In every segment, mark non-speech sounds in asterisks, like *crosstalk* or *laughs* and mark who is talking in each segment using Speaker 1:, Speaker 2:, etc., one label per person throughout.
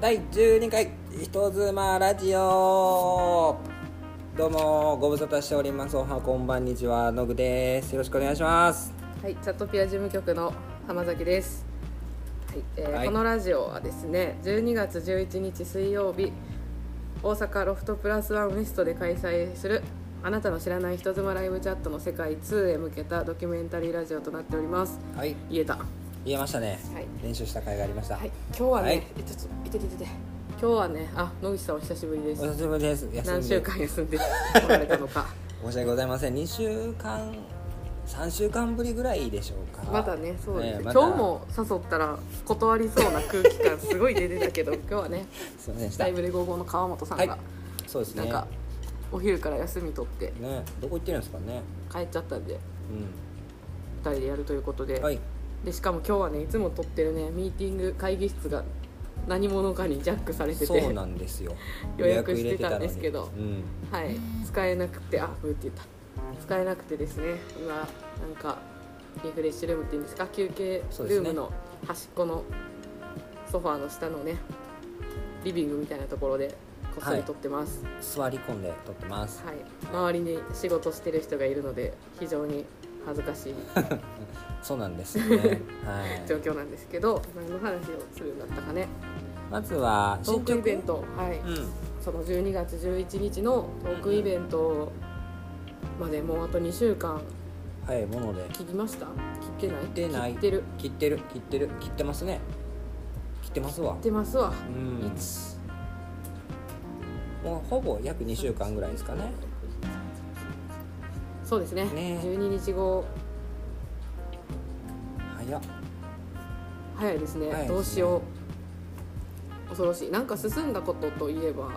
Speaker 1: 第12回人妻ラジオどうもご無沙汰しておりますおはこんばんにちはのぐですよろしくお願いします
Speaker 2: はい、チャットピア事務局の浜崎です。はい、えー
Speaker 1: はい
Speaker 2: このラジオはですね、12月11日水曜日、大阪ロフトプラスワンウエストで開催するあなたの知らない人妻ライブチャットの世界2へ向けたドキュメンタリーラジオとなっております。
Speaker 1: はい
Speaker 2: 言えた。は
Speaker 1: 言えましたね、
Speaker 2: はい
Speaker 1: 練習した甲斐がありました、
Speaker 2: い、今日はね、
Speaker 1: はい
Speaker 2: えちょっといてててて。今日はね、あ、野口さんお久しぶりで
Speaker 1: お久
Speaker 2: す。
Speaker 1: しぶりです休んで
Speaker 2: 何週間休んで来られたの *laughs* か。
Speaker 1: 申し訳ございません2週間3週間ぶりぐらいでしょうか
Speaker 2: まだねそうですね、
Speaker 1: まだ
Speaker 2: 今日も誘ったら断りそうな空気感すごい出てたけど今日はね
Speaker 1: すいませんでした
Speaker 2: ライブで55の川本さんが、
Speaker 1: はいそうですね
Speaker 2: なんかお昼から休み取って
Speaker 1: ねどこ行ってるんですかね
Speaker 2: 帰っちゃったんで2人でやるということで,、
Speaker 1: うんはい
Speaker 2: でしかも今日はねいつも取ってるねミーティング会議室が何者かにジャックされてて
Speaker 1: そうなんですよ
Speaker 2: *laughs* 予約してたんですけど
Speaker 1: 予約入れて
Speaker 2: はい、使えなくてあうーって言った使えなくてですね今なんかリフレッシュルームっていうんですか休憩
Speaker 1: そうです
Speaker 2: ルー
Speaker 1: ね
Speaker 2: ムの端っこのソファーの下のねリビングみたいなところでこっそ
Speaker 1: は
Speaker 2: り
Speaker 1: い
Speaker 2: 撮ってます、
Speaker 1: たのに、うん、座り込んで撮ってます、
Speaker 2: はい、周りに仕事してる人がいるので非常に恥ずか
Speaker 1: *laughs*
Speaker 2: しい
Speaker 1: そうなんですよ
Speaker 2: *laughs*
Speaker 1: ね、は
Speaker 2: 状
Speaker 1: い、
Speaker 2: 況なんですけど何の話をするんだったかね
Speaker 1: まずは
Speaker 2: トークイベント、はい、
Speaker 1: うん
Speaker 2: その12月11日のトークイベントまでもうあと2週間
Speaker 1: はいもので
Speaker 2: 切りました切ってない
Speaker 1: 切ってない
Speaker 2: 切ってる
Speaker 1: 切ってる切ってる切ってますね切ってますわ
Speaker 2: 切ってますわ
Speaker 1: うん
Speaker 2: 1
Speaker 1: もうほぼ約2週間ぐらいですかね
Speaker 2: そうですね
Speaker 1: ね
Speaker 2: 12日後
Speaker 1: 早っ
Speaker 2: 早いですね
Speaker 1: 早いですね
Speaker 2: どうしよう恐ろしいなんか進んだことといえば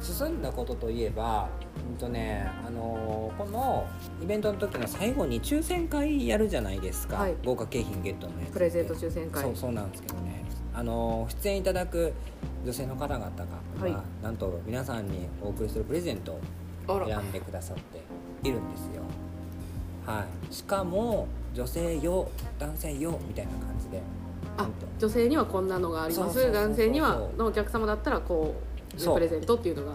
Speaker 1: 進んだことといえばうんとねあのーこのイベントの時の最後に抽選会やるじゃないですか、
Speaker 2: はい
Speaker 1: 豪華景品ゲットのやつ
Speaker 2: プレゼント抽選会
Speaker 1: そうそうなんですけどねあの出演いただく女性の方々が、
Speaker 2: はい
Speaker 1: まあなんと皆さんにお送りするプレゼントを
Speaker 2: あら
Speaker 1: 選んでくださっているんですよはいしかも女性用男性用みたいな感じで
Speaker 2: あ女性にはこんなのがありま
Speaker 1: そうそうそうそう
Speaker 2: す男性にはのお客様だったらこう
Speaker 1: そう
Speaker 2: プレゼントっていうの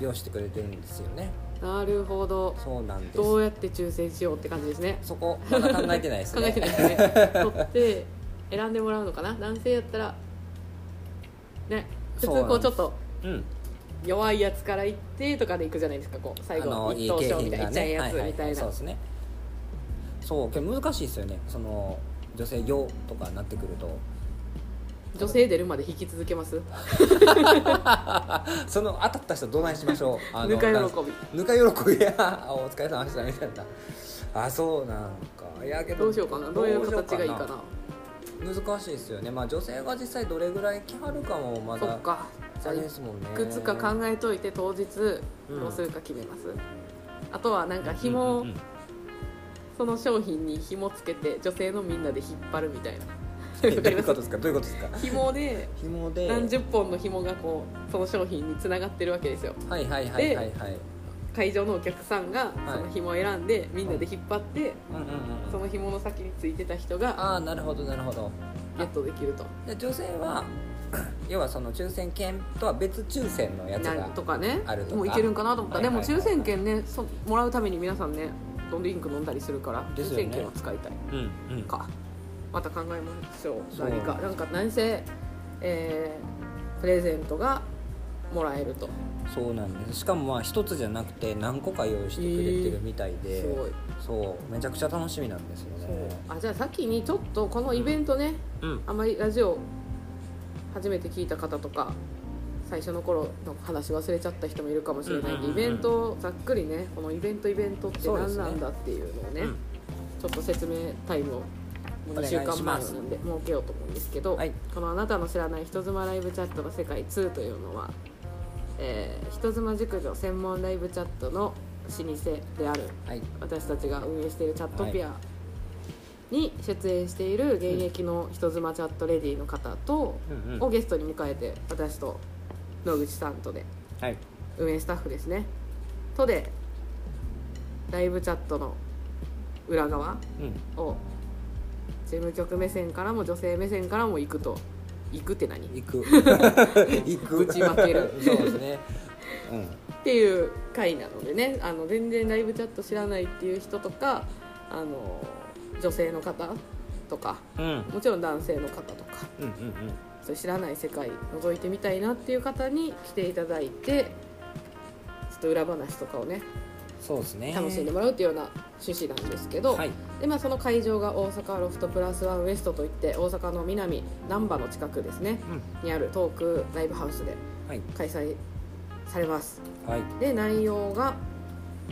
Speaker 1: 用意してくれてるんですよね
Speaker 2: がなるほど
Speaker 1: そうなんです
Speaker 2: どうやって抽選しようって感じですね
Speaker 1: そこまだ考えてないです
Speaker 2: *laughs* 考
Speaker 1: ね
Speaker 2: えてないですね取って選んでもらうのかな男性やったらね普
Speaker 1: そうなん
Speaker 2: 通こ
Speaker 1: です
Speaker 2: うちょっと
Speaker 1: うん
Speaker 2: 弱いやつから行ってとかで行くじゃないですかこう最
Speaker 1: あ
Speaker 2: 後
Speaker 1: のい
Speaker 2: 一
Speaker 1: い
Speaker 2: 等
Speaker 1: 景
Speaker 2: 賞み
Speaker 1: 品が
Speaker 2: たいないっちゃい
Speaker 1: ね
Speaker 2: やつみたい
Speaker 1: そう
Speaker 2: な
Speaker 1: ですねそうけど難しいですよねその女性用とかになってくる
Speaker 2: *laughs*
Speaker 1: と
Speaker 2: 女性出るまで引き続けます
Speaker 1: その当たった人どないしましょうあの
Speaker 2: ぬか喜び
Speaker 1: ぬか喜びやあお疲れ様でしたみたいなあそうなんかいやけど
Speaker 2: どうしようかなどういう形がいいか
Speaker 1: どうしよ
Speaker 2: な
Speaker 1: うかな難しいですよねまあ女性が実際どれぐらい来はるかもま
Speaker 2: そ
Speaker 1: だ
Speaker 2: っかじ
Speaker 1: あ
Speaker 2: ゃあ
Speaker 1: れ
Speaker 2: い
Speaker 1: ですもんね
Speaker 2: くつか考えといて当日どうするか決めます、あとはなんか紐
Speaker 1: うん
Speaker 2: を、
Speaker 1: うんうん
Speaker 2: その商品に紐つけて女性のみんなで引っ張るみたいな
Speaker 1: *laughs* えどういうことですかどういうことですか
Speaker 2: 紐で
Speaker 1: 紐で
Speaker 2: 何十本の紐がこうその商品につながってるわけですよ
Speaker 1: はいはいはいはいはい
Speaker 2: 会場のお客さんが
Speaker 1: い
Speaker 2: その紐を選んでみんなで引っ張って
Speaker 1: うんうんうん
Speaker 2: そ
Speaker 1: うん
Speaker 2: の紐の先についてた人が
Speaker 1: ああなるほどなるほど
Speaker 2: ゲットできると
Speaker 1: で女性は *clears throat* 要はその抽選券とは別抽選のやつ
Speaker 2: な
Speaker 1: が
Speaker 2: んとかね
Speaker 1: あるとか
Speaker 2: もういけるんかなと思った、
Speaker 1: はいはいはい
Speaker 2: でも抽選券ねそもらうために皆さんねドリンク飲んだりするから、
Speaker 1: です
Speaker 2: 抽
Speaker 1: よね
Speaker 2: 選券は使いたい
Speaker 1: うんうん
Speaker 2: かまた考えましょう
Speaker 1: そう
Speaker 2: 何かなんか何せ、えープレゼントがもらえると
Speaker 1: そうなんですしかもまあ一つじゃなくて何個か用意してくれてるみたいで、
Speaker 2: すごい
Speaker 1: そうめちゃくちゃ楽しみなんですよ
Speaker 2: そ
Speaker 1: ね
Speaker 2: うあじゃあ先にちょっとこのイベントね、
Speaker 1: うん
Speaker 2: あまりラジオ初めて聞いた方とか最初の頃の話忘れちゃった人もいるかもしれな
Speaker 1: うん
Speaker 2: いんで、
Speaker 1: うんうんうん
Speaker 2: イベントをざっくりねこのイベントイベントって
Speaker 1: そうです
Speaker 2: 何
Speaker 1: ね
Speaker 2: なんだっていうのをね
Speaker 1: うん
Speaker 2: ちょっと説明タイムを
Speaker 1: お願い
Speaker 2: 2
Speaker 1: し
Speaker 2: 週
Speaker 1: ます
Speaker 2: 間前なんで設けようと思うんですけど、
Speaker 1: はい
Speaker 2: この「あなたの知らない人妻ライブチャットの世界2」というのは、えー人妻熟女専門ライブチャットの老舗である
Speaker 1: はい
Speaker 2: 私たちが運営しているチャットピアに出演している現役の人妻チャットレディの方と、
Speaker 1: うんうん
Speaker 2: をゲストに迎えて私と野口さんとで
Speaker 1: はい
Speaker 2: 運営スタッフですねとでライブチャットの裏側
Speaker 1: うん
Speaker 2: を事務局目線からも女性目線からも行くと行くって何
Speaker 1: 行 *laughs* く行く
Speaker 2: ぶちまける
Speaker 1: そうですねうん
Speaker 2: っていう回なのでねあの全然ライブチャット知らないっていう人とかあの女性の方とか
Speaker 1: うん
Speaker 2: もちろん男性の方とか
Speaker 1: うんうん
Speaker 2: そういう知らない世界覗いてみたいなっていう方に来ていただいてちょっと裏話とかをね
Speaker 1: そうですね
Speaker 2: 楽しんでもらうっていうような趣旨なんですけど、
Speaker 1: はい
Speaker 2: でまあ、その会場が大阪ロフトプラスワンウエストといって大阪の南難波の近くですね
Speaker 1: うん
Speaker 2: にあるトークライブハウスで
Speaker 1: はい
Speaker 2: 開催されます
Speaker 1: はい
Speaker 2: で内容が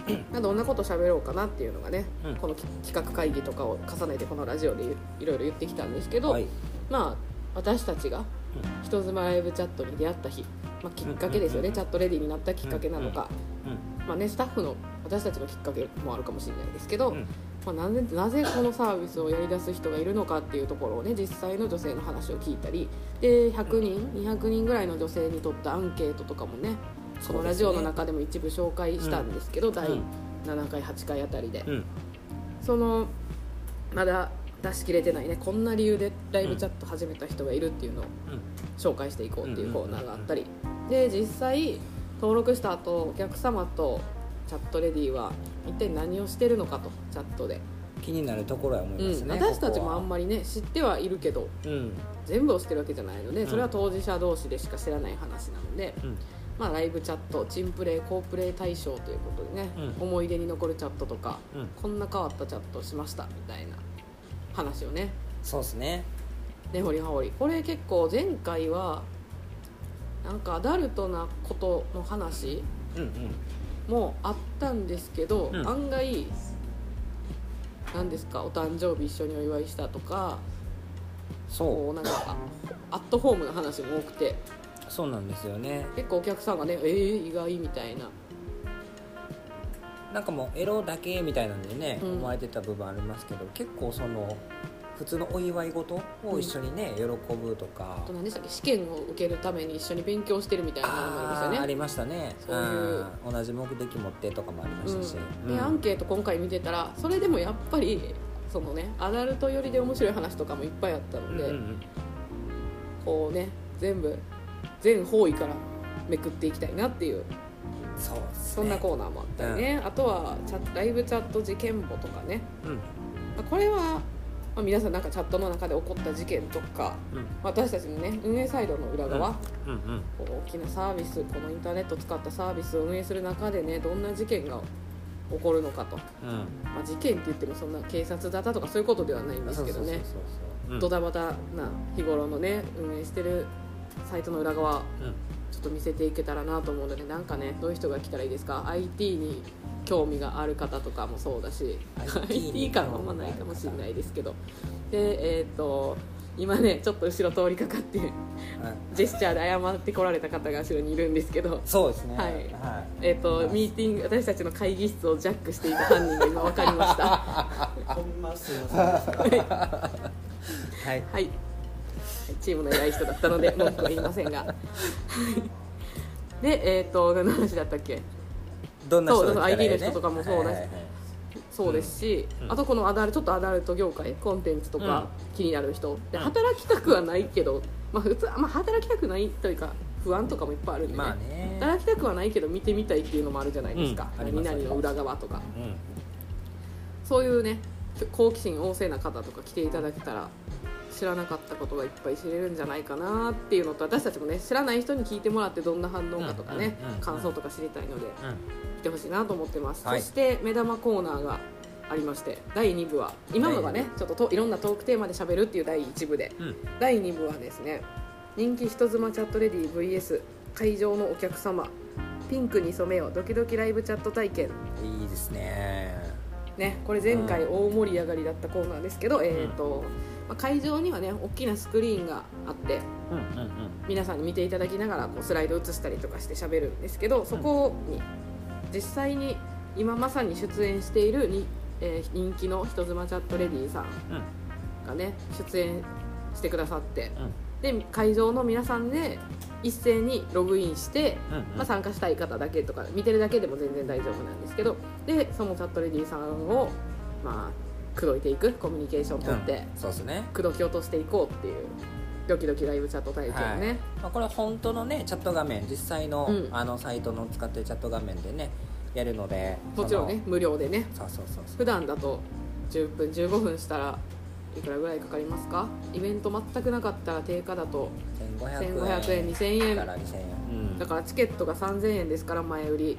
Speaker 2: *clears throat* まあどんなこと喋ろうかなっていうのがね、
Speaker 1: うん
Speaker 2: このき企画会議とかを重ねてこのラジオでいいろいろ言ってきたんですけど、
Speaker 1: はい
Speaker 2: まあ私たちが人妻ライブチャットに出会った日、まあ、きっかけですよね、チャットレディになったきっかけなのか、
Speaker 1: うん
Speaker 2: まあね、スタッフの私たちのきっかけもあるかもしれないですけど、
Speaker 1: うん
Speaker 2: まあ、なぜなぜこのサービスをやりだす人がいるのかっていうところをね実際の女性の話を聞いたりで100人200人ぐらいの女性にとったアンケートとかもねこのラジオの中でも一部紹介したんですけど、第
Speaker 1: うん
Speaker 2: 7回8回あたりで、
Speaker 1: うん
Speaker 2: そのまだ出し切れてないねこんな理由でライブチャット始めた人がいるっていうのを紹介していこうっていうコーナーがあったりで実際登録した後お客様とチャットレディは一体何をしてるのかとチャットで、
Speaker 1: 気になるところは思います
Speaker 2: うん、
Speaker 1: ね、
Speaker 2: 私たちもあん
Speaker 1: ま
Speaker 2: まりね知ってはいるけど
Speaker 1: うんうん
Speaker 2: 全部を知ってるわけじゃないので
Speaker 1: ん
Speaker 2: それは当事者同士でしか知らない話なので、まあ、ライブチャットチンプレイコープレイ対象ということでね、
Speaker 1: うん
Speaker 2: 思い出に残るチャットとか
Speaker 1: うん
Speaker 2: こんな変わったチャットしましたみたいな話をね
Speaker 1: そうですね
Speaker 2: ねほりはほりこれ結構前回はなんかアダルトなことの話
Speaker 1: うんうん
Speaker 2: もあったんですけど、
Speaker 1: うん
Speaker 2: 案外何ですかお誕生日一緒にお祝いしたとか
Speaker 1: そ
Speaker 2: こうなんかあアットホームな話も多くて
Speaker 1: うそうなんですよね
Speaker 2: 結構お客さんがね「えー、意外」みたいな
Speaker 1: なんかもうエロだけみたいなんでね、
Speaker 2: うん
Speaker 1: 思われてた部分ありますけど結構その普通のお祝い事を一緒にね、喜ぶとか
Speaker 2: あと何でしたっけ試験を受けるために一緒に勉強してるみたいなのもありましたよ
Speaker 1: ーあ
Speaker 2: ね。
Speaker 1: りましたね
Speaker 2: そういう
Speaker 1: うん同じ目的持ってとかもありましたし、
Speaker 2: うん、
Speaker 1: うん
Speaker 2: でアンケート今回見てたらそれでもやっぱりそのねアダルト寄りで面白い話とかもいっぱいあったので、
Speaker 1: うんうん
Speaker 2: こうね全部全方位からめくっていきたいなっていう
Speaker 1: そうです
Speaker 2: そ
Speaker 1: ね
Speaker 2: んなコーナーもあったりねあとはチャットライブチャット事件簿とかね、
Speaker 1: うん
Speaker 2: まあこれは、まあ皆さんなんかチャットの中で起こった事件とか
Speaker 1: うん
Speaker 2: 私たちのね運営サイドの裏側、
Speaker 1: うんうん
Speaker 2: こう大きなサービスこのインターネットを使ったサービスを運営する中でねどんな事件が起こるのかと、
Speaker 1: うん
Speaker 2: まあ、事件って言ってもそんな警察だったとかそういうことではないんですけどね
Speaker 1: そうそうそうそううん
Speaker 2: ドタバタな日頃のね運営してるサイトの裏
Speaker 1: う
Speaker 2: 側
Speaker 1: ん
Speaker 2: ちょっと見せていけたらなと思うのでなんかねどういう人が来たらいいですか IT に興味がある方とかもそうだし
Speaker 1: IT に
Speaker 2: IT 感はあんまないかもしれないですけどでえっ、と今ねちょっと後ろ通りかかって
Speaker 1: はい
Speaker 2: ジェスチャーで謝ってこられた方が後ろにいるんですけど。
Speaker 1: そうですね
Speaker 2: はい
Speaker 1: は
Speaker 2: えっとミーティング私たちの会議室をジャックしていた犯人が今分かりましたは
Speaker 3: ほんますいません
Speaker 1: いはい
Speaker 2: いチームの偉い人だったので文句は言いませんがでえっ、と何の話だったっけ
Speaker 1: どんな人が来たらいい、ね、
Speaker 2: そうそう IT の人とかもそうだ
Speaker 1: は
Speaker 2: し
Speaker 1: いはいはい
Speaker 2: そうですし、
Speaker 1: うん
Speaker 2: あとこのアダルちょっとアダルト業界コンテンツとか気になる人、で
Speaker 1: うん
Speaker 2: 働きたくはないけど、まあ、普通は、まあ、働きたくないというか不安とかもいっぱいあるんで、ね
Speaker 1: まあね
Speaker 2: 働きたくはないけど見てみたいっていうのもあるじゃないですか、
Speaker 1: うんあり
Speaker 2: 何
Speaker 1: ます
Speaker 2: 々の裏側とか
Speaker 1: うん
Speaker 2: そういうね好奇心旺盛な方とか来ていただけたら知らなかったことがいっぱい知れるんじゃないかなっていうのと私たちもね知らない人に聞いてもらってどんな反応かとかね、
Speaker 1: うんうんうんうん
Speaker 2: 感想とか知りたいの
Speaker 1: う
Speaker 2: で。
Speaker 1: ん
Speaker 2: 来てほしいなと思ってます、
Speaker 1: はい
Speaker 2: そして目玉コーナーがありまして第2部は今のがねちょっとといろんなトークテーマで喋るっていう第1部で
Speaker 1: うん
Speaker 2: 第2部はですね人気人妻チャットレディ VS 会場のお客様ピンクに染めようドキドキライブチャット体験
Speaker 1: いいですね。
Speaker 2: ねこれ前回大盛り上がりだったコーナーですけど、えーとまあ会場にはね大きなスクリーンがあって
Speaker 1: うんうんうん。
Speaker 2: 皆さんに見ていただきながらこうスライド映したりとかして喋るんですけどそこに実際に今まさに出演しているに、えー人気の人妻チャットレディさん
Speaker 1: うん
Speaker 2: がね出演してくださって
Speaker 1: うん
Speaker 2: で会場の皆さんで一斉にログインして、
Speaker 1: うん
Speaker 2: まあ、参加したい方だけとか見てるだけでも全然大丈夫なんですけどでそのチャットレディさんをまあ口説いていくコミュニケーション取って
Speaker 1: うんそうですね。
Speaker 2: 口説き落としていこうっていうドキドキライブチャット体験ね、
Speaker 1: まあ、これ本当のねチャット画面実際の,、
Speaker 2: うん
Speaker 1: あのサイトの使ってるチャット画面でねやるので
Speaker 2: もちろんね無料でね
Speaker 1: そのそうそうそう
Speaker 2: 普段だと10分15分したらいくらぐらいかかりますかイベント全くなかったら定価だと
Speaker 1: そう
Speaker 2: 1500
Speaker 1: 1500
Speaker 2: 円
Speaker 1: 円
Speaker 2: 2000円
Speaker 1: から2000円、うん、
Speaker 2: だからチケットが3000円ですから前売り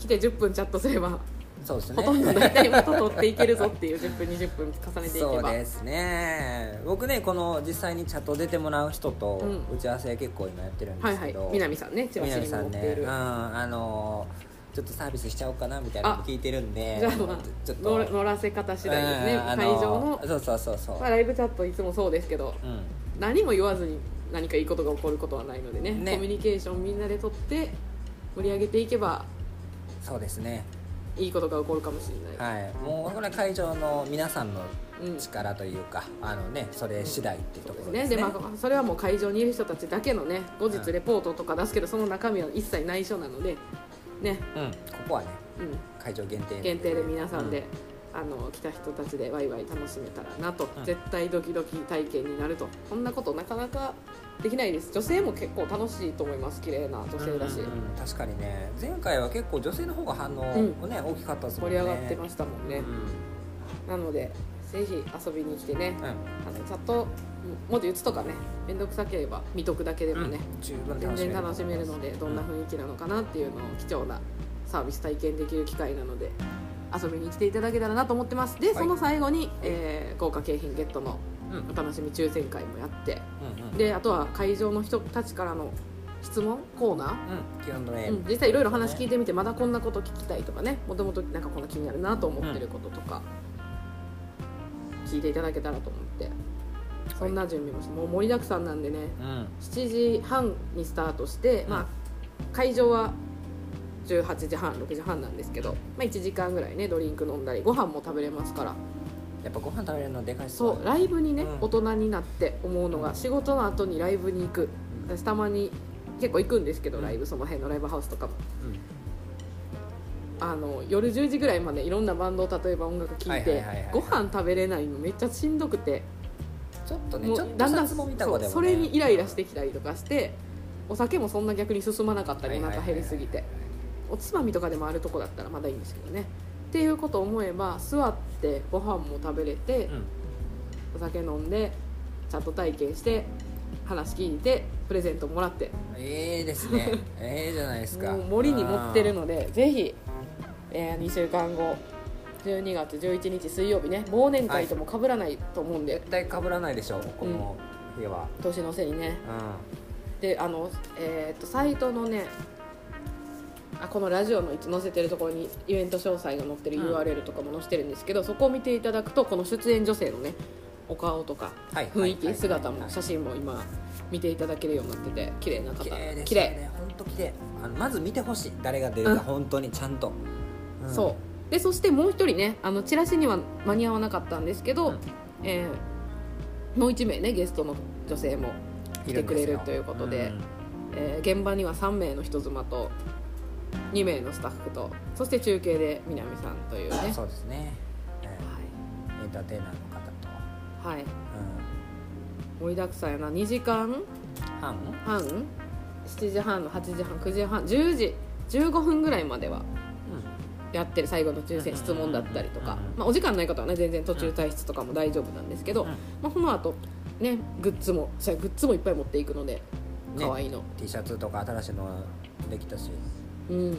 Speaker 2: 来て10分チャットすれば
Speaker 1: そうですね
Speaker 2: ほとんど大体元取っていけるぞっていう10分20分重ねていけば
Speaker 1: そうですね僕ねこの実際にチャット出てもらう人と
Speaker 2: うん
Speaker 1: 打ち合わせ結構今やってるんで
Speaker 2: はい
Speaker 1: す
Speaker 2: は
Speaker 1: け
Speaker 2: い
Speaker 1: ど、
Speaker 2: 南さんね千葉市
Speaker 1: 南
Speaker 2: に
Speaker 1: さ
Speaker 2: も
Speaker 1: ん
Speaker 2: 持
Speaker 1: ね
Speaker 2: っている、
Speaker 1: うん、あのちょっとサービスしちゃおうかなみたいなのも聞いてるんで
Speaker 2: じゃあまあ
Speaker 1: ちょっと
Speaker 2: 乗ら乗らせ方次第ですね、
Speaker 1: うんあ
Speaker 2: 会場の、
Speaker 1: そうそうそうそう、
Speaker 2: まあ、ライブチャットいつもそうですけど
Speaker 1: うん
Speaker 2: 何も言わずに何かいいことが起こることはないのでね
Speaker 1: ね
Speaker 2: コミュニケーションみんなで取って盛り上げていけば
Speaker 1: そうですね
Speaker 2: いいことが起こるかもしれない、
Speaker 1: はいもうこれ会場の皆さんの
Speaker 2: うん
Speaker 1: 力というか、あのねそれ次第っていうところで
Speaker 2: ね
Speaker 1: す
Speaker 2: で
Speaker 1: ね
Speaker 2: まあ、それはもう会場にいる人たちだけのね後
Speaker 1: う
Speaker 2: 日
Speaker 1: ん
Speaker 2: レポートとか出すけどその中身は一切内緒なのでね、
Speaker 1: うんここはね
Speaker 2: う
Speaker 1: 会場限定
Speaker 2: ん、限定で皆さんで、あの来た人たちでワイワイ楽しめたらなと、
Speaker 1: うん
Speaker 2: 絶対ドキドキ体験になるとこんなことなかなかできないです女性も結構楽しいと思います綺麗な女性だし、
Speaker 1: うんうんうん確かにね前回は結構女性の方が反応もね、大きかったですもん
Speaker 2: 盛り
Speaker 1: ね
Speaker 2: 上がってましたもんね、なのでぜひ遊びに来てね
Speaker 1: うん、
Speaker 2: あのチャット文字打つとかね面倒くさければ見とくだけで
Speaker 1: うん
Speaker 2: もね、
Speaker 1: 十分楽しめ
Speaker 2: 全然
Speaker 1: る
Speaker 2: 楽しめるのでどんな雰囲気なのかなっていうのを貴重なサービス体験できる機会なので遊びに来ていただけたらなと思ってますで、
Speaker 1: い
Speaker 2: その最後に、えー豪華景品ゲットの
Speaker 1: うんうん
Speaker 2: お楽しみ抽選会もやって
Speaker 1: うんうん
Speaker 2: であとは会場の人たちからの質問コーナー
Speaker 1: うん、基本の
Speaker 2: うん、実際いろいろ話聞いてみてまだこんなこと聞きたいとかねもともとなんかこんな気になるなと思ってることとか聞いていただけたらと思ってそんな準備もしてもう盛りだくさんなんでね
Speaker 1: うん
Speaker 2: 7時半にスタートして、まあ、会場は18時半6時半なんですけど、まあ、1時間ぐらいねドリンク飲んだりご飯も食べれますから
Speaker 1: やっぱご飯食べれるのでかいっすね
Speaker 2: そうライブにね、
Speaker 1: うん
Speaker 2: 大人になって思うのが仕事の後にライブに行く私たまに結構行くんですけどライブその辺のライブハウスとかも。
Speaker 1: うん
Speaker 2: あの夜10時ぐらいまでいろんなバンドを例えば音楽聴い
Speaker 1: はい
Speaker 2: て
Speaker 1: はいはいはい
Speaker 2: ご飯食べれないのめっちゃしんどくて
Speaker 1: ちょっとね
Speaker 2: も
Speaker 1: ちょっ
Speaker 2: う
Speaker 1: と
Speaker 2: だんだん
Speaker 1: 雑も見た子でも、ね、
Speaker 2: そうそれにイライラしてきたりとかしてお酒もそんな逆に進まなかったりお
Speaker 1: はいはい
Speaker 2: 腹
Speaker 1: はい
Speaker 2: 減りすぎておつまみとかでもあるとこだったらまだいいんですけどねっていうことを思えば座ってご飯も食べれて
Speaker 1: うん
Speaker 2: お酒飲んでチャット体験して話聞いてプレゼントもらって
Speaker 1: ええですねええじゃないですか
Speaker 2: もう森に持ってるのでぜひ、え2週間後12月11日水曜日ね忘年会とも被らないと思うんで、
Speaker 1: 絶対被らないでしょうこの日は
Speaker 2: 年の瀬にね
Speaker 1: うん、
Speaker 2: であの、えー、とサイトのねあこのラジオの載せてるところにイベント詳細が載ってる
Speaker 1: うん
Speaker 2: URL とかも載せてるんですけど、そこを見ていただくとこの出演女性のねお顔とか
Speaker 1: はい
Speaker 2: 雰囲気、
Speaker 1: はいはい
Speaker 2: 姿も
Speaker 1: はい
Speaker 2: 写真も今見ていただけるようになってて綺麗な方
Speaker 1: 綺麗です
Speaker 2: 綺麗
Speaker 1: ね本当綺麗あのまず見てほしい誰が出る
Speaker 2: うん
Speaker 1: か本当にちゃんと、うん
Speaker 2: そうでそしてもう一人ねあのチラシには間に合わなかったんですけど、
Speaker 1: うん
Speaker 2: えーもう1名ねゲストの女性も、来てくれる
Speaker 1: んですよ
Speaker 2: ということでえー現場には3名の人妻と2名のスタッフとそして中継で南さんというね
Speaker 1: うんそうですね、うんエンターテイナーの方と、
Speaker 2: はい、はい、
Speaker 1: う
Speaker 2: 盛りだくさんやな2時間
Speaker 1: ん、半
Speaker 2: 半7時半の8時半9時半10時15分ぐらいまではやってる最後の抽選質問だったりとか、まあ、お時間ない方はね全然途中退出とかも大丈夫なんですけ
Speaker 1: う
Speaker 2: ど、
Speaker 1: ん
Speaker 2: まあ、その後ねグッズもじゃあグッズもいっぱい持っていくので
Speaker 1: ね
Speaker 2: 可愛いの、
Speaker 1: T シャツとか新しいのできたし、
Speaker 2: うんっ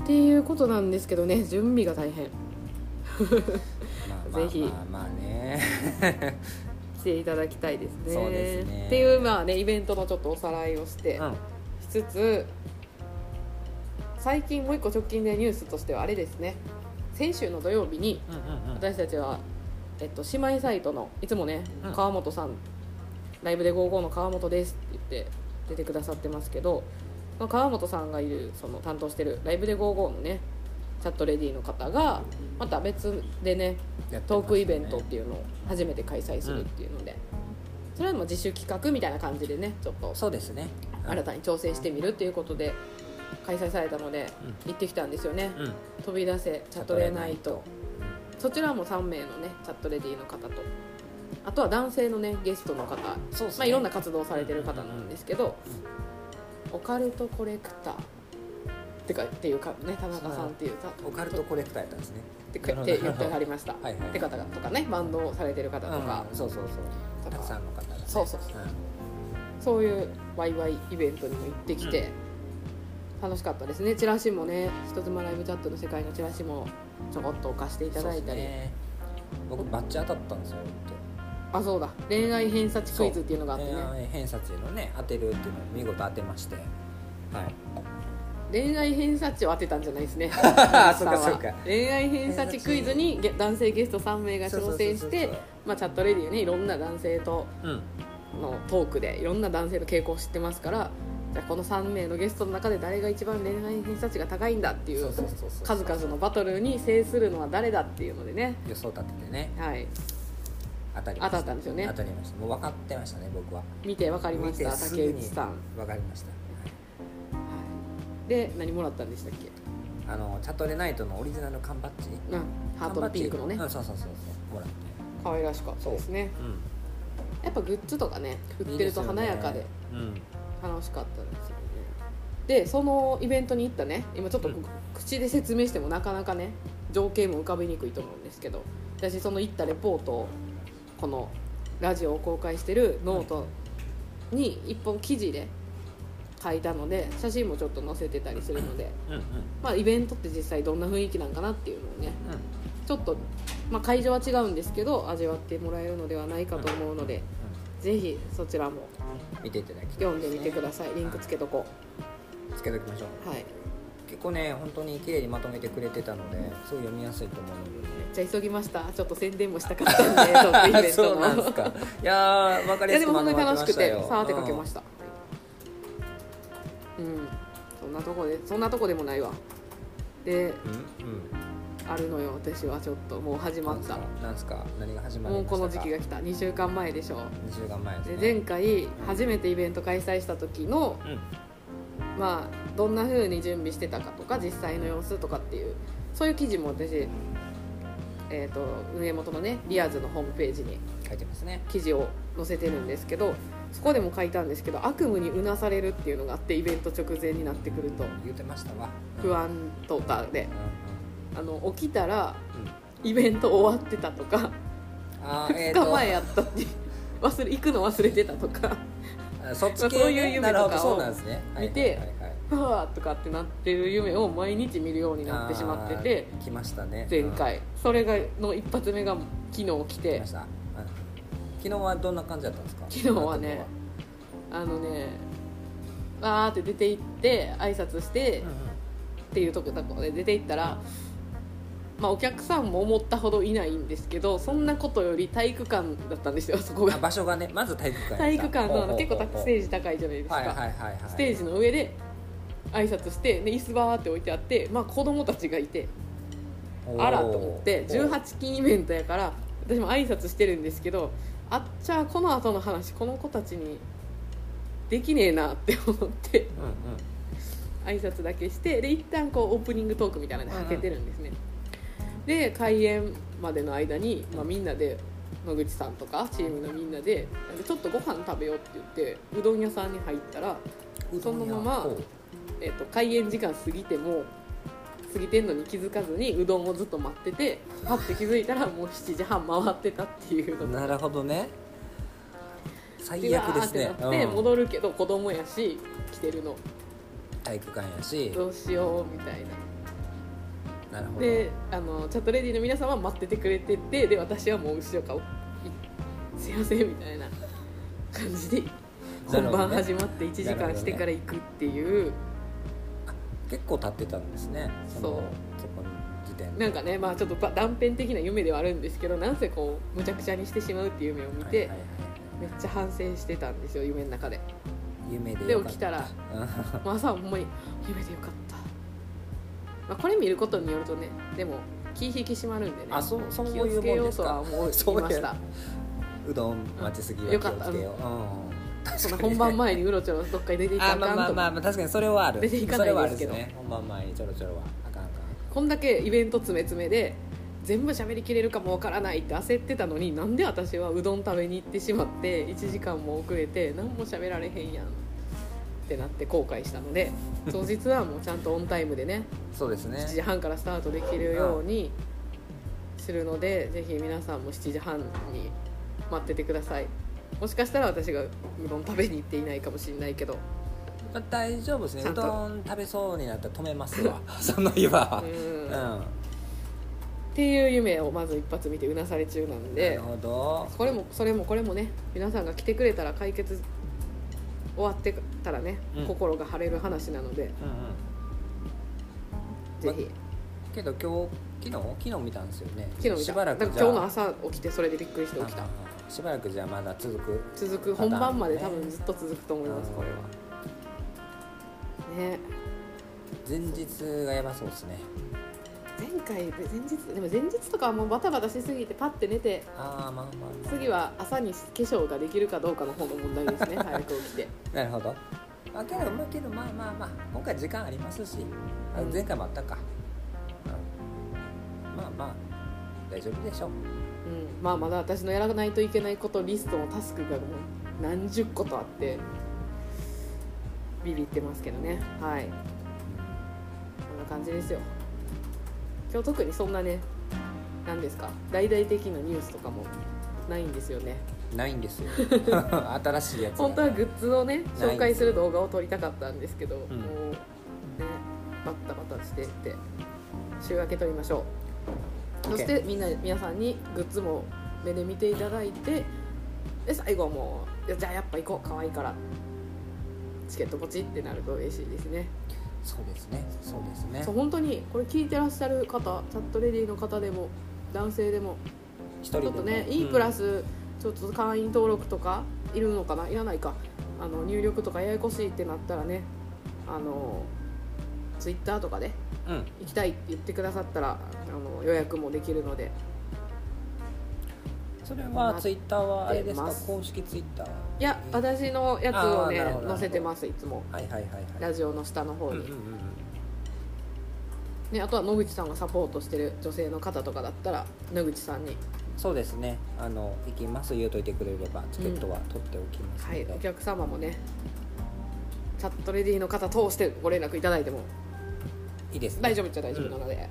Speaker 1: うん、
Speaker 2: ていうことなんですけどね準備が大変
Speaker 1: まあまあ
Speaker 2: ぜひ
Speaker 1: まあまあね
Speaker 2: *laughs* していただきたいですね
Speaker 1: そうですね
Speaker 2: っていうまあねイベントのちょっとおさらいをして
Speaker 1: うん
Speaker 2: しつつ、最近もう一個直近でニュースとしてはあれですね先週の土曜日に
Speaker 1: うんうん
Speaker 2: 私たちは、えっと、姉妹サイトのいつもね、
Speaker 1: うん
Speaker 2: 川本さんライブで55の川本ですって言って出てくださってますけど、まあ、川本さんがいるその担当してるライブで55のねチャットレディーの方がまた別でね
Speaker 1: やってましたね
Speaker 2: トークイベントっていうのを初めて開催するっていうので、それはもう自主企画みたいな感じでねちょっと
Speaker 1: そうですね
Speaker 2: 新たに挑戦してみるっていうことで開催されたので行ってきたんですよね、
Speaker 1: うん
Speaker 2: 飛び出せチャットレナイトそちらも3名のねチャットレディーの方とあとは男性のねゲストの方、
Speaker 1: そうですね
Speaker 2: まあ、いろんな活動をされてる方なんですけど、オカルトコレクターってかっていうかね田中さんっていうた
Speaker 1: オカルトコレクターやったんですね
Speaker 2: ってかって言ってはりました
Speaker 1: はいはい
Speaker 2: って方とかねバンドをされてる方とか、
Speaker 1: うんそうそうそうたくさんの方がね
Speaker 2: そうそうそそういうワイワイイベントにも行ってきて、楽しかったですねチラシもね「人妻ライブチャット」の世界のチラシもちょこっと貸してい
Speaker 1: い
Speaker 2: ただいたり、
Speaker 1: 僕バッチ当たったんですよって
Speaker 2: あそうだ恋愛偏差値クイズっていうのがあってね、
Speaker 1: ね偏差値のね当てるっていうのを見事当てましてはい
Speaker 2: 恋愛偏差値を当てたんじゃないですね
Speaker 1: *laughs* そうかそうか
Speaker 2: 恋愛偏差値クイズにげ男性ゲスト3名が挑戦
Speaker 1: そうそうそ
Speaker 2: し
Speaker 1: う
Speaker 2: て
Speaker 1: そう
Speaker 2: まあチャットレディーねいろんな男性と
Speaker 1: うん
Speaker 2: のトークでいろんな男性の傾向を知ってますからじゃあこの3名のゲストの中で誰が一番恋愛偏差値が高いんだっていう
Speaker 1: そうそうそうそう
Speaker 2: 数々のバトルに制するのは誰だっていうのでね
Speaker 1: 予想立ててね
Speaker 2: はい
Speaker 1: 当たりました
Speaker 2: 当たったんですよね
Speaker 1: 当たりましたもう分かってましたね僕は
Speaker 2: 見て分かりました
Speaker 1: 見てすぐ
Speaker 2: 竹
Speaker 1: に
Speaker 2: 内さん、は
Speaker 1: 分かりましたはい
Speaker 2: い、で何もらったんでしたっけ
Speaker 1: あのチャットレナイトのオリジナル缶バッジ
Speaker 2: うんハートのピンクのね
Speaker 1: 缶バッジうんそうそうそうそうもらって
Speaker 2: 可愛らしかったですね
Speaker 1: う
Speaker 2: やっぱグッズとかね売
Speaker 1: ん
Speaker 2: ってると華やかで
Speaker 1: いいすよね
Speaker 2: 楽しかったですよねでそのイベントに行ったね今ちょっと
Speaker 1: うん
Speaker 2: 口で説明してもなかなかね情景も浮かびにくいと思うんですけど私その行ったレポートをこのラジオを公開してるノートに一本記事で書いたので写真もちょっと載せてたりするので、
Speaker 1: うんうん
Speaker 2: まあ、イベントって実際どんな雰囲気なんかなっていうのをね
Speaker 1: うん
Speaker 2: ちょっと、まあ、会場は違うんですけど味わってもらえるのではないかと思うのでぜひそちらも
Speaker 1: うん見ていただきたい
Speaker 2: 読んでみてくださいリンクつけとこ
Speaker 1: つけときましょう
Speaker 2: うはい
Speaker 1: 結構ね本当に綺麗にまとめてくれてたのですごい読みやすいと思うので
Speaker 2: じゃあ急ぎましたちょっと宣伝もしたかったんでトークイベ *laughs* ン
Speaker 1: そうな
Speaker 2: ト
Speaker 1: ん
Speaker 2: の
Speaker 1: ですかいやー分か
Speaker 2: い
Speaker 1: りや
Speaker 2: やですも
Speaker 1: く
Speaker 2: 本当に楽しくて
Speaker 1: まとまってまよ
Speaker 2: さあ当てかけましたうん、そんなとこでそんなとこでもないわ
Speaker 1: うん
Speaker 2: で
Speaker 1: うん
Speaker 2: あるのよ私はちょっともう始まった
Speaker 1: なんすか何が始まりま
Speaker 2: もう
Speaker 1: したか
Speaker 2: この時期が来た2週間前でしょ
Speaker 1: 2週間前です
Speaker 2: で
Speaker 1: ね
Speaker 2: 前回初めてイベント開催した時の
Speaker 1: うん
Speaker 2: まあどんな風に準備してたかとか実際の様子とかっていうそういう記事も私えー、と運営元のねリアーズのホームページに
Speaker 1: 書いてますね
Speaker 2: 記事を載せてるんですけどそこでも書いたんですけど悪夢にうなされるっていうのがあってイベント直前になってくると
Speaker 1: 言ってましたわ
Speaker 2: 不安とかで
Speaker 1: う
Speaker 2: あの起きたら
Speaker 1: んうんうん
Speaker 2: イベント終わってたとか
Speaker 1: あーえー
Speaker 2: 2日
Speaker 1: と
Speaker 2: 前やったって忘れ行くの忘れてたとか
Speaker 1: あそっち系、ね、
Speaker 2: そういう夢とか
Speaker 1: なる
Speaker 2: を
Speaker 1: ほどそうなんですねはい
Speaker 2: 見て
Speaker 1: はいはいはい
Speaker 2: 「うわー」とかってなってる夢を毎日見るようになってしまってて
Speaker 1: あー来ましたね
Speaker 2: 前
Speaker 1: うん
Speaker 2: 回それがの一発目が昨日来
Speaker 1: 来
Speaker 2: て
Speaker 1: ました、うん昨日はどんな感じだったんですか
Speaker 2: 昨日はねあのねわーって出て行って挨拶して、
Speaker 1: うんうん
Speaker 2: っていうとこだこで出て行ったら、まあ、お客さんも思ったほどいないんですけどそんなことより体育館だったんですよそこ
Speaker 1: あ
Speaker 2: が
Speaker 1: 場所がねまず体育館やった
Speaker 2: 体育館のあの結構
Speaker 1: ほ
Speaker 2: た
Speaker 1: うほうほう
Speaker 2: ステージ高いじゃないですか、
Speaker 1: はいはいはいはい
Speaker 2: ステージの上で挨拶してで椅子バーって置いてあって、まあ、子供たちがいてあらと思って18金イベントやから私も挨拶してるんですけどあっちゃこの後の話この子たちにできねえなって思って
Speaker 1: うんうん
Speaker 2: 挨拶だけしてで一旦こうオープニングトークみたいなので開けてるんですね、で開演までの間に、まあ、みんなで野口さんとかチームのみんなでなんかちょっとご飯食べようって言ってうどん屋さんに入ったら、そのまま
Speaker 1: ほう
Speaker 2: えっと開演時間過ぎても過ぎてんのに気づかずにうどんをずっと待っててパッて気づいたらもう7時半回ってたっていうの
Speaker 1: な
Speaker 2: が
Speaker 1: るほどね
Speaker 2: で
Speaker 1: 最悪ですね
Speaker 2: わーってなって
Speaker 1: うん
Speaker 2: 戻るけど子供やし来てるの
Speaker 1: 体育館やし
Speaker 2: どうしようみたい
Speaker 1: な
Speaker 2: な
Speaker 1: るほど
Speaker 2: であのチャットレディの皆さんは待っててくれててで私はもう後ろからい「すいません」みたいな感じ
Speaker 1: な
Speaker 2: で
Speaker 1: る
Speaker 2: 本
Speaker 1: ほど
Speaker 2: 番
Speaker 1: ね
Speaker 2: 始まって1時間してから行くっていう
Speaker 1: 結構立ってたんですねそのそこの時点
Speaker 2: なんかねまあちょっとば断片的な夢ではあるんですけどなんせこうむちゃくちゃにしてしまうっていう夢を見
Speaker 1: はい
Speaker 2: て
Speaker 1: はいはい
Speaker 2: めっちゃ反省してたんですよ夢の中で
Speaker 1: 夢で
Speaker 2: で
Speaker 1: よ
Speaker 2: 起
Speaker 1: かっ
Speaker 2: きたら
Speaker 1: うん
Speaker 2: まあ朝はほんまに夢でよかった、まあ、これ見ることによるとねでも気引き締まるんでね
Speaker 1: あそうそう
Speaker 2: 気
Speaker 1: い
Speaker 2: をつ
Speaker 1: う
Speaker 2: け
Speaker 1: もん
Speaker 2: よう
Speaker 1: です
Speaker 2: とは
Speaker 1: か
Speaker 2: 思いま
Speaker 1: そう
Speaker 2: し
Speaker 1: や
Speaker 2: た
Speaker 1: な *laughs* うどん待ちすぎは気
Speaker 2: よ
Speaker 1: を
Speaker 2: かった
Speaker 1: つけよううん確
Speaker 2: その
Speaker 1: かに
Speaker 2: 本番前にうろちょろどっかに出ていか
Speaker 1: あ *laughs*
Speaker 2: ん
Speaker 1: まあま
Speaker 2: か
Speaker 1: あ
Speaker 2: んと
Speaker 1: まあまあ確かにそれはある
Speaker 2: 出ていかないですけど
Speaker 1: それはあるね本番前にちょろちょろはあかんあかん
Speaker 2: こんだけイベント詰め詰めで全部喋りきれるかもわからないって焦ってたのになんで私はうどん食べに行ってしまって1時間も遅れて何も喋られへんやんってなって後悔したので当日はもうちゃんとオンタイムでね
Speaker 1: そうですね
Speaker 2: 7時半からスタートできるようにするのでぜひ皆さんも7時半に待っててくださいもしかしたら私がうどん食べに行っていないかもしれないけど
Speaker 1: まあ、大丈夫ですね
Speaker 2: ちゃ
Speaker 1: うん
Speaker 2: と
Speaker 1: どん食べそうになったら止めますわ *laughs* その日は
Speaker 2: *laughs* うん
Speaker 1: うん
Speaker 2: っ、ていう夢をまず一発見てうなされ中なん
Speaker 1: な
Speaker 2: で
Speaker 1: るほど
Speaker 2: これもそれもこれもね皆さんが来てくれたら解決終わってたらね、
Speaker 1: うん
Speaker 2: 心が晴れる話なので
Speaker 1: うんうん
Speaker 2: ぜひ
Speaker 1: けど今日昨日昨日見たんですよね
Speaker 2: 昨日見
Speaker 1: したばらく
Speaker 2: だか
Speaker 1: じ
Speaker 2: ら
Speaker 1: ゃ
Speaker 2: 今日の
Speaker 1: あ
Speaker 2: 朝起きてそれでびっくりして起きた
Speaker 1: あしばらくじゃあまだ続く
Speaker 2: 続く本番まで
Speaker 1: パタ
Speaker 2: 多
Speaker 1: ーンね
Speaker 2: 分ずっと続くと思いますこれはね
Speaker 1: 前日がやばそうですね
Speaker 2: 前回前日でも前日とかはもうバタバタしすぎてパッて寝て
Speaker 1: ああまあまあ、ま
Speaker 2: 次は朝に化粧ができるかどうかの方の問題ですね早く起きて
Speaker 1: あ、なるほどあけどまあけどまあまあまあ今回時間ありますし、あ
Speaker 2: うん
Speaker 1: 前回もあったか、うんまあまあ大丈夫でしょう
Speaker 2: うん、まあまだ私のやらないといけないことリストのタスクがもう何十個とあってビビってますけどねはいこんな感じですよ今日特にそんなね何ですか大々的なニュースとかもないんですよね
Speaker 1: ないんです *laughs* よ新しいやつが
Speaker 2: 本当はグッズをね
Speaker 1: ない
Speaker 2: 紹介する動画を撮りたかったんですけど、
Speaker 1: うん
Speaker 2: もうねバッタバタしてって週明け撮りましょう
Speaker 1: OK
Speaker 2: そしてみんな皆さんにグッズも目で見ていただいてで最後はもういやじゃあやっぱ行こう可愛いからチケットポチってなると嬉しいですね
Speaker 1: そうですねそうですね
Speaker 2: そう本当にこれ聞いてらっしゃる方チャットレディの方でも男性でも
Speaker 1: 一
Speaker 2: ちょっ
Speaker 1: で
Speaker 2: と
Speaker 1: も
Speaker 2: ね、いいプラスちょっと会員登録とかいるのかないらないかあの入力とかややこしいってなったらねあのツイッターとかで
Speaker 1: うん、うん
Speaker 2: 行きたいって言ってくださったらあの予約もできるので
Speaker 1: それはツイッターはあれですか
Speaker 2: 待ってます
Speaker 1: 公式ツイッター
Speaker 2: いや
Speaker 1: えー
Speaker 2: 私のやつをね
Speaker 1: あーなるほど
Speaker 2: 載せてますいつも
Speaker 1: はいはいはいはい
Speaker 2: ラジオの下の方
Speaker 1: うん
Speaker 2: に、
Speaker 1: うんうん
Speaker 2: ね、あとは野口さんがサポートしてる女性の方とかだったら野口さんに、
Speaker 1: そうですねあの行きます言うといてくれればチケットは取っておきます
Speaker 2: は
Speaker 1: の
Speaker 2: い
Speaker 1: で、、
Speaker 2: お客様もねチャットレディの方通してご連絡いただいても
Speaker 1: いいですね
Speaker 2: 大丈夫っちゃ大丈夫なので、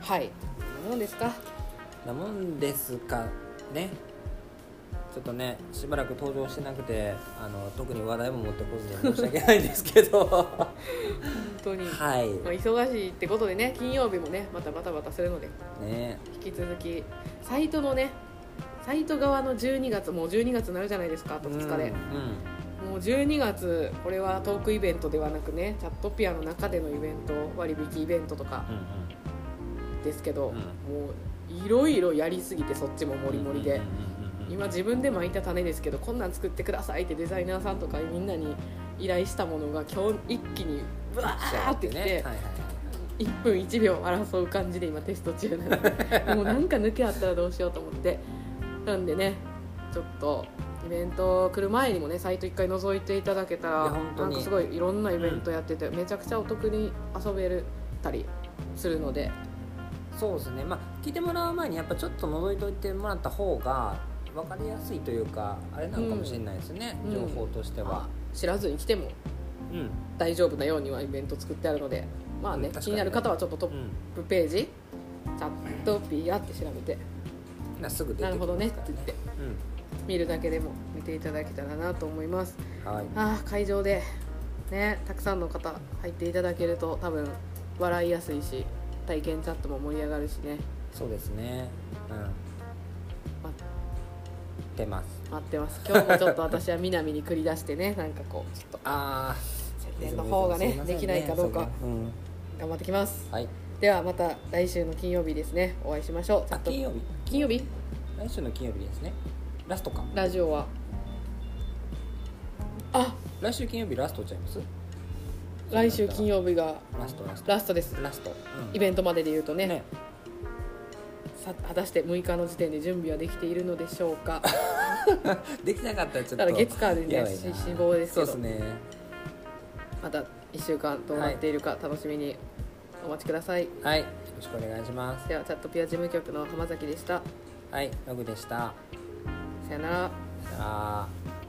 Speaker 2: はいこんなもんですか
Speaker 1: なもんですかねちょっとねしばらく登場してなくてあの特に話題も持ってこずに申し訳ないんですけ
Speaker 2: *laughs*
Speaker 1: どは
Speaker 2: 本当に、まあ、
Speaker 1: い
Speaker 2: 忙しいってことでね金曜日もねまたバタバタするので
Speaker 1: ね
Speaker 2: 引き続きサイトのねサイト側の12月もう12月になるじゃないですかあと2
Speaker 1: うん、
Speaker 2: 日で
Speaker 1: うん
Speaker 2: もう12月これはトークイベントではなくねチャットピアの中でのイベント割引イベントとか
Speaker 1: うん
Speaker 2: ですけど、
Speaker 1: うん
Speaker 2: もういろいろやりすぎてそっちもモリモリで、
Speaker 1: うんうんうんうん
Speaker 2: 今自分で巻いた種ですけどこんなん作ってくださいってデザイナーさんとかみんなに依頼したものが今日一気にブワーってき
Speaker 1: はいはい
Speaker 2: て
Speaker 1: はい
Speaker 2: 1分1秒争う感じで今テスト中なのでもうなんか抜けあったらどうしようと思ってなんでねちょっとイベント来る前にもねサイト一回覗いていただけた
Speaker 1: いや
Speaker 2: ら
Speaker 1: 本当
Speaker 2: な
Speaker 1: に
Speaker 2: んかすごいいろんなイベントやっててめちゃくちゃお得に遊べるたりするので
Speaker 1: そうですねまあ聞いてもらう前にやっぱちょっと覗いといてもらった方が分かりやすいというかあれなのかもしれないですね、
Speaker 2: うん
Speaker 1: 情報としては、
Speaker 2: 知らずに来ても
Speaker 1: うんうん
Speaker 2: 大丈夫なようにはイベント作ってあるのでまあね
Speaker 1: うん確かに
Speaker 2: 気になる方はちょっとトップトップページチャットピアって調べて
Speaker 1: なすぐ出てき
Speaker 2: な
Speaker 1: ます
Speaker 2: る
Speaker 1: から
Speaker 2: ほどね
Speaker 1: ね
Speaker 2: って言って見るだけでも見ていただけたらなと思います
Speaker 1: うんはい
Speaker 2: あー会場でねたくさんの方入っていただけると多分笑いやすいし体験チャットも盛り上がるしね
Speaker 1: そうですねうん
Speaker 2: 待
Speaker 1: 出ます
Speaker 2: 待ってます今日もちょっと私は南に繰り出してねなんかこうちょっと
Speaker 1: ああ
Speaker 2: 宣伝の方がねできないかどうか
Speaker 1: うん
Speaker 2: 頑張ってきます
Speaker 1: はい
Speaker 2: ではまた来週の金曜日ですねお会いしましょうチャ
Speaker 1: あ
Speaker 2: ット
Speaker 1: 金曜日
Speaker 2: 金曜日
Speaker 1: 来週の金曜日ですねラストか
Speaker 2: ラジオはあ
Speaker 1: 来週金曜日ラストちゃいます
Speaker 2: 来週金曜日が
Speaker 1: ラストラスト
Speaker 2: ラストです
Speaker 1: ラスト
Speaker 2: イベントまでで言うとね
Speaker 1: うんね
Speaker 2: さ果たして6日の時点で準備はできているのでしょうか
Speaker 1: できなかったらちょっと
Speaker 2: ただ月火でね
Speaker 1: やばいな
Speaker 2: し死亡ですけど
Speaker 1: そうですね
Speaker 2: また1週間どうなっているか楽しみにお待ちください、
Speaker 1: はいよしくお願いします
Speaker 2: ではチャットピア事務局の浜崎でした
Speaker 1: はいログでした
Speaker 2: さよなら
Speaker 1: さよなら